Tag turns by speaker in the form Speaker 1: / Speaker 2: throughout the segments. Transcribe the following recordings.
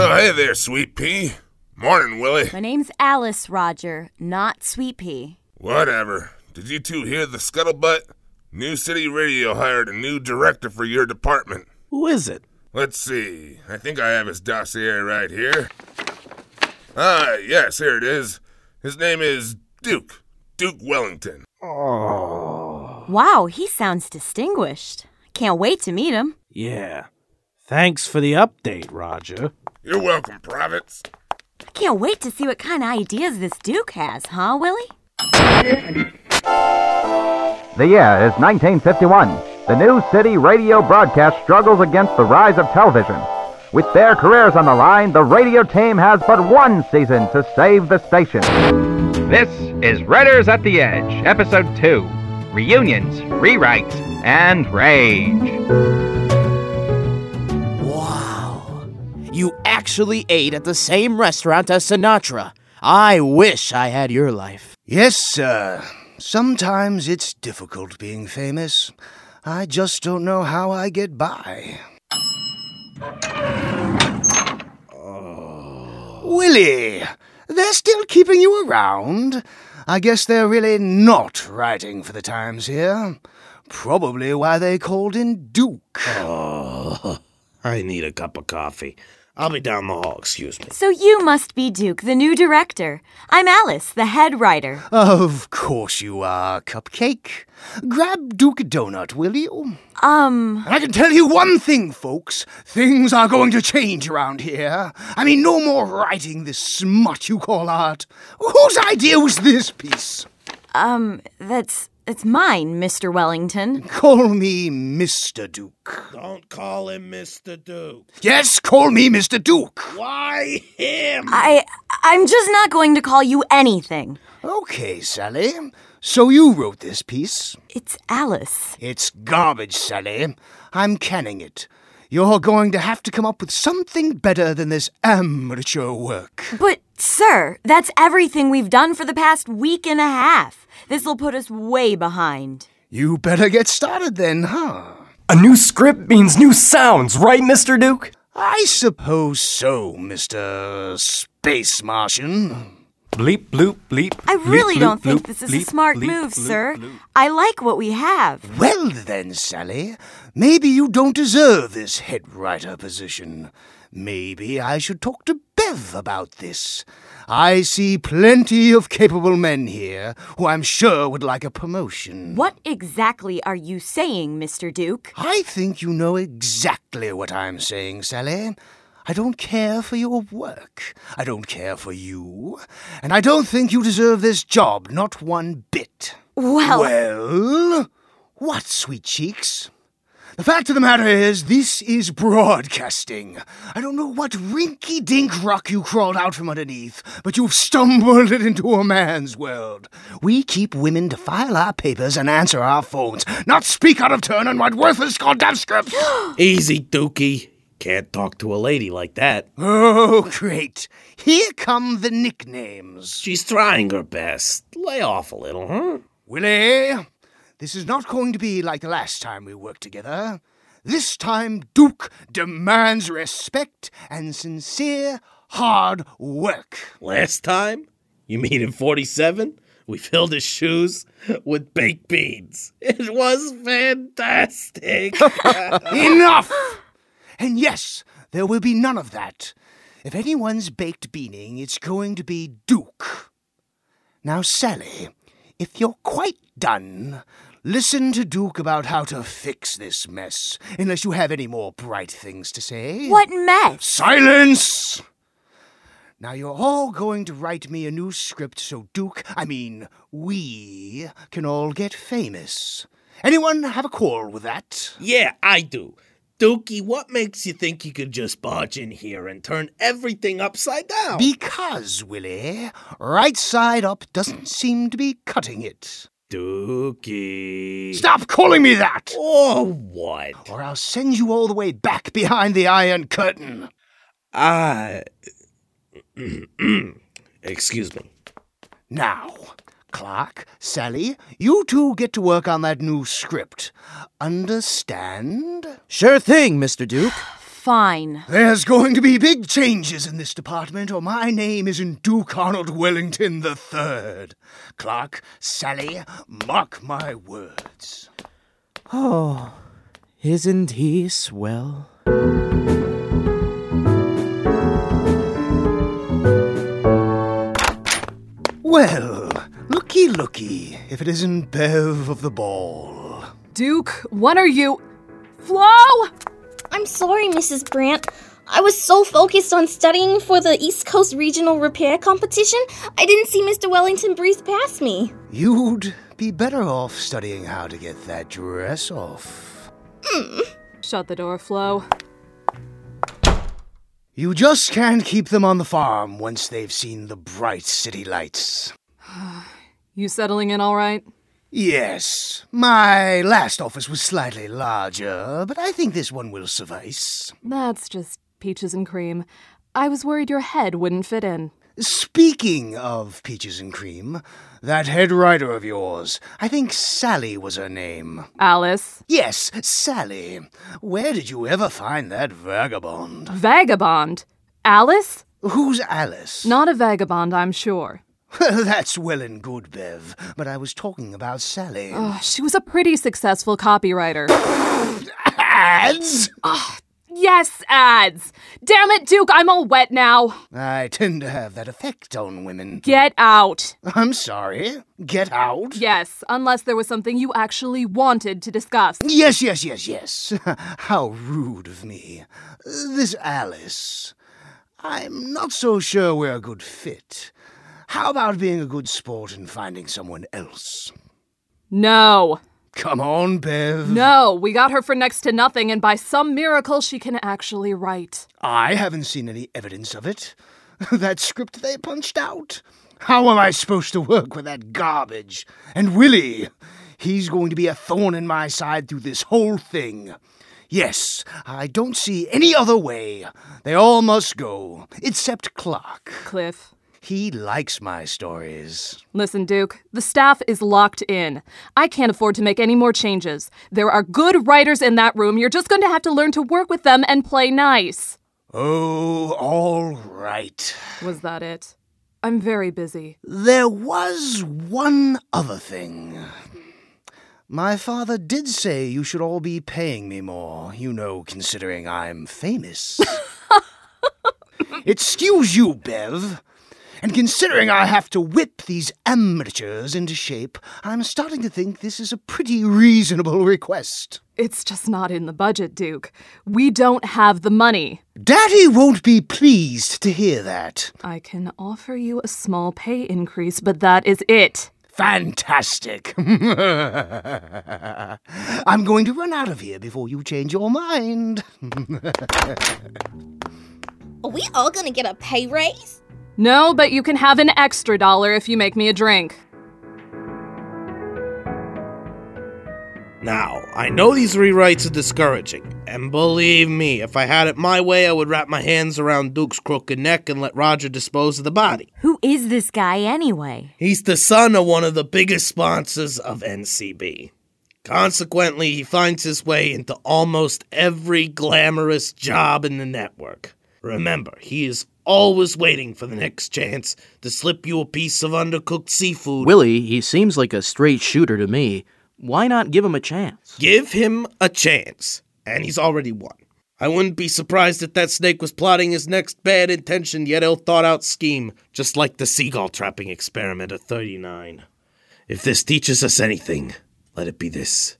Speaker 1: Oh, Hey there, Sweet Pea. Morning, Willie.
Speaker 2: My name's Alice Roger, not Sweet Pea.
Speaker 1: Whatever. Did you two hear the scuttlebutt? New City Radio hired a new director for your department.
Speaker 3: Who is it?
Speaker 1: Let's see. I think I have his dossier right here. Ah, yes, here it is. His name is Duke. Duke Wellington.
Speaker 3: Oh.
Speaker 2: Wow, he sounds distinguished. Can't wait to meet him.
Speaker 3: Yeah. Thanks for the update, Roger.
Speaker 1: You're welcome, privates.
Speaker 2: I can't wait to see what kind of ideas this Duke has, huh, Willie?
Speaker 4: The year is 1951. The New City radio broadcast struggles against the rise of television. With their careers on the line, the radio team has but one season to save the station. This is Redders at the Edge, Episode 2 Reunions, Rewrites, and Rage.
Speaker 5: Wow. You actually ate at the same restaurant as Sinatra. I wish I had your life.
Speaker 6: Yes, sir. Sometimes it's difficult being famous. I just don't know how I get by. Oh. Willie, they're still keeping you around. I guess they're really not writing for the Times here. Probably why they called in Duke.
Speaker 3: Oh, I need a cup of coffee. I'll be down the hall, excuse me.
Speaker 2: So you must be Duke, the new director. I'm Alice, the head writer.
Speaker 6: Of course you are, Cupcake. Grab Duke a donut, will you?
Speaker 2: Um,
Speaker 6: And I can tell you one thing, folks. Things are going to change around here. I mean, no more writing this smut you call art. Whose idea was this piece?
Speaker 2: um, that's that's mine, Mr. Wellington.
Speaker 6: Call me Mr. Duke.
Speaker 3: Don't call him Mr. Duke.
Speaker 6: Yes, call me Mr. Duke.
Speaker 3: Why him?
Speaker 2: I I'm just not going to call you anything.
Speaker 6: Okay, Sally. So you wrote this piece?
Speaker 2: It's Alice.
Speaker 6: It's garbage, Sally. I'm canning it. You're going to have to come up with something better than this amateur work.
Speaker 2: But sir, that's everything we've done for the past week and a half. This'll put us way behind.
Speaker 6: You better get started then, huh?
Speaker 7: A new script means new sounds, right, Mr. Duke?
Speaker 6: I suppose so, Mr. Space Martian.
Speaker 7: Bleep, bloop, bleep.
Speaker 2: I
Speaker 7: bleep,
Speaker 2: really
Speaker 7: bloop,
Speaker 2: don't think
Speaker 7: bloop,
Speaker 2: this is a
Speaker 7: bleep,
Speaker 2: smart
Speaker 7: bleep,
Speaker 2: move,
Speaker 7: bloop,
Speaker 2: sir.
Speaker 7: bloop.
Speaker 2: I like what we have.
Speaker 6: Well then, Sally, maybe you don't deserve this head writer position. Maybe I should talk to Bev about this. I see plenty of capable men here who I'm sure would like a promotion.
Speaker 2: What exactly are you saying, Mr. Duke?
Speaker 6: I think you know exactly what I'm saying, Sally. I don't care for your work. I don't care for you. And I don't think you deserve this job, not one bit.
Speaker 2: Well,
Speaker 6: Well, what, sweet cheeks? The fact of the matter is, this is broadcasting. I don't know what rinky dink rock you crawled out from underneath, but you've stumbled into a man's world. We keep women to file our papers and answer our phones, not speak out of turn and write worthless goddamn scripts.
Speaker 3: Easy, Dookie. Can't talk to a lady like that.
Speaker 6: oh, great. Here come the nicknames.
Speaker 3: She's trying her best. Lay off a little, huh?
Speaker 6: Willie, this is not going to be like the last time we worked together. This time, Duke demands respect and sincere, hard work.
Speaker 3: Last time? You mean in 47? We filled his shoes with baked beans. It was fantastic.
Speaker 6: Enough! And yes, there will be none of that. If anyone's baked beaning, it's going to be Duke. Now, Sally, if you're quite done, listen to Duke about how to fix this mess, unless you have any more bright things to say.
Speaker 2: what mess?
Speaker 6: Silence! Now you're all going to write me a new script so Duke, I mean, we can all get famous. Anyone have a quarrel with that?
Speaker 3: yeah, I do. Dookie, what makes you think you could just barge in here and turn everything upside down?
Speaker 6: Because, Willie, right side up doesn't seem to be cutting it.
Speaker 3: Dookie.
Speaker 6: Stop calling me that!
Speaker 3: Or what?
Speaker 6: Or I'll send you all the way back behind the Iron Curtain.
Speaker 3: I. Excuse me.
Speaker 6: Now, Clark, Sally, you two get to work on that new script. Understand?
Speaker 5: Sure thing, Mr. Duke.
Speaker 2: Fine.
Speaker 6: There's going to be big changes in this department, or my name isn't Duke Arnold Wellington the Third. Clark, Sally, mark my words.
Speaker 5: Isn't he swell?
Speaker 6: Well, looky, looky, if it isn't Bev of the Ball.
Speaker 8: Duke, when are you. Flo!
Speaker 9: I'm sorry, Mrs. Brandt. I was so focused on studying for the East Coast Regional Repair Competition, I didn't see Mr. Wellington breeze past me.
Speaker 6: You'd be better off studying how to get that dress off.
Speaker 8: Shut the door, Flo.
Speaker 6: You just can't keep them on the farm once they've seen the bright city lights.
Speaker 8: You settling in all right?
Speaker 6: Yes, my last office was slightly larger, but I think this one will suffice.
Speaker 8: That's just peaches and cream. I was worried your head wouldn't fit in.
Speaker 6: Speaking of peaches and cream, that head writer of yours, I think Sally was her name.
Speaker 8: Alice.
Speaker 6: Yes, Sally. Where did you ever find that vagabond?
Speaker 8: Vagabond. Alice?
Speaker 6: Who's Alice?
Speaker 8: Not a vagabond, I'm sure.
Speaker 6: That's well and good, Bev, but I was talking about Sally.
Speaker 8: Ugh, She was a pretty successful copywriter.
Speaker 6: Ads?
Speaker 8: yes, ads! Damn it, Duke, I'm all wet now.
Speaker 6: I tend to have that effect on women.
Speaker 8: Get out.
Speaker 6: I'm sorry. Get out.
Speaker 8: Yes, unless there was something you actually wanted to discuss.
Speaker 6: Yes, yes, yes, yes. How rude of me. This Alice. I'm not so sure we're a good fit. How about being a good sport and finding someone else?
Speaker 8: No.
Speaker 6: Come on, Bev.
Speaker 8: No, we got her for next to nothing, and by some miracle, she can actually write.
Speaker 6: I haven't seen any evidence of it. that script they punched out. How am I supposed to work with that garbage? And Willie, he's going to be a thorn in my side through this whole thing. Yes, I don't see any other way. They all must go, except Clark.
Speaker 8: Cliff.
Speaker 6: He likes my stories.
Speaker 8: Listen, Duke, the staff is locked in. I can't afford to make any more changes. There are good writers in that room. You're just going to have to learn to work with them and play nice.
Speaker 6: Oh, all right.
Speaker 8: Was that it? I'm very busy.
Speaker 6: There was one other thing. My father did say you should all be paying me more, you know, considering I'm famous. Excuse you, Bev. And considering I have to whip these amateurs into shape, I'm starting to think this is a pretty reasonable request.
Speaker 8: It's just not in the budget, Duke. We don't have the money.
Speaker 6: Daddy won't be pleased to hear that.
Speaker 8: I can offer you a small pay increase, but that is it.
Speaker 6: Fantastic. I'm going to run out of here before you change your mind.
Speaker 9: Are we all gonna get a pay raise?
Speaker 8: No, but you can have an extra dollar if you make me a drink.
Speaker 3: Now, I know these rewrites are discouraging, and believe me, if I had it my way, I would wrap my hands around Duke's crooked neck and let Roger dispose of the body.
Speaker 2: Who is this guy anyway?
Speaker 3: He's the son of one of the biggest sponsors of NCB. Consequently, he finds his way into almost every glamorous job in the network. Remember, he is always waiting for the next chance to slip you a piece of undercooked seafood.
Speaker 5: Willie, he seems like a straight shooter to me. Why not give him a chance?
Speaker 3: Give him a chance, and he's already won. I wouldn't be surprised if that snake was plotting his next bad intention, yet ill thought out scheme, just like the seagull trapping experiment of 39. If this teaches us anything, let it be this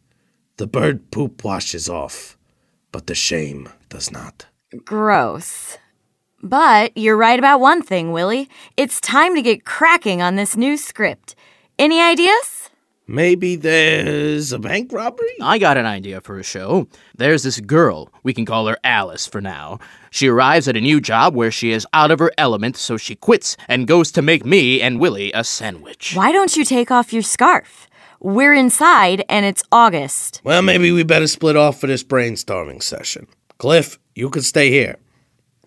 Speaker 3: the bird poop washes off, but the shame does not.
Speaker 2: Gross. But you're right about one thing, Willie. It's time to get cracking on this new script. Any ideas?
Speaker 3: Maybe there's a bank robbery?
Speaker 5: I got an idea for a show. There's this girl, we can call her Alice for now. She arrives at a new job where she is out of her element, so she quits and goes to make me and Willie a sandwich.
Speaker 2: Why don't you take off your scarf? We're inside and it's August.
Speaker 3: Well, maybe we better split off for this brainstorming session. Cliff, you could stay here.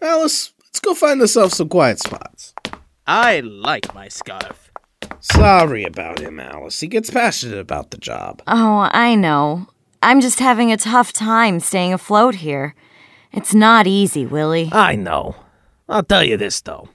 Speaker 3: Alice, let's go find ourselves some quiet spots.
Speaker 5: I like my scarf.
Speaker 3: Sorry about him, Alice. He gets passionate about the job.
Speaker 2: Oh, I know. I'm just having a tough time staying afloat here. It's not easy, Willie.
Speaker 3: I know. I'll tell you this, though.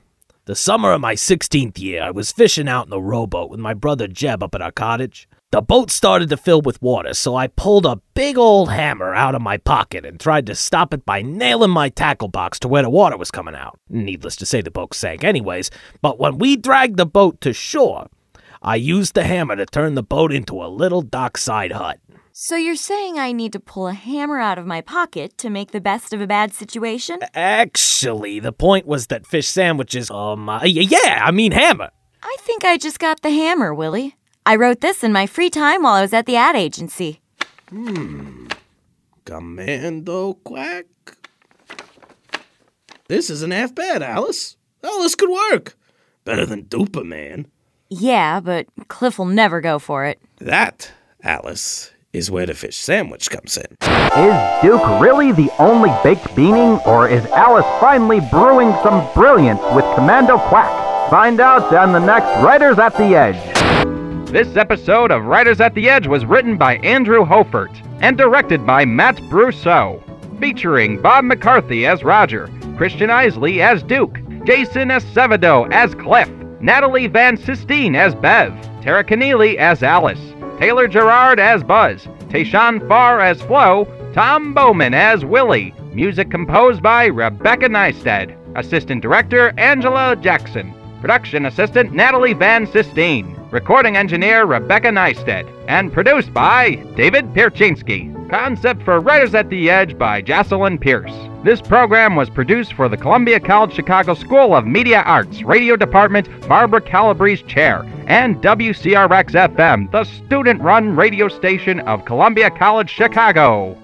Speaker 3: The summer of my 16th year, I was fishing out in a rowboat with my brother Jeb up at our cottage. The boat started to fill with water, so I pulled a big old hammer out of my pocket and tried to stop it by nailing my tackle box to where the water was coming out. Needless to say, the boat sank anyways, but when we dragged the boat to shore, I used the hammer to turn the boat into a little dockside hut.
Speaker 2: So you're saying I need to pull a hammer out of my pocket to make the best of a bad situation?
Speaker 3: Actually, the point was that fish sandwiches, um, uh, y- yeah, I mean hammer.
Speaker 2: I think I just got the hammer, Willie. I wrote this in my free time while I was at the ad agency.
Speaker 10: Commando quack. This isn't half bad, Alice. Oh, this could work. Better than Duperman.
Speaker 2: Yeah, but Cliff will never go for it.
Speaker 10: That, Alice, is where the fish sandwich comes in.
Speaker 4: Is Duke really the only baked beaning, or is Alice finally brewing some brilliance with Commando Quack? Find out on the next Writers at the Edge. This episode of Writers at the Edge was written by Andrew Hofert and directed by Matt Brousseau, featuring Bob McCarthy as Roger, Christian Isley as Duke, Jason Acevedo as Cliff, Natalie Van Sistine as Bev, Tara Keneally as Alice, Taylor Gerard as Buzz, Tayshawn Farr as Flo, Tom Bowman as Willie. Music composed by Rebecca Nystad. Assistant Director Angela Jackson. Production Assistant Natalie Van Sistine. Recording Engineer Rebecca Nystad. And produced by David Pierczynski. Concept for Writers at the Edge by Jocelyn Pierce. This program was produced for the Columbia College Chicago School of Media Arts, Radio Department, Barbara Calabrese Chair, and WCRX FM, the student run radio station of Columbia College Chicago.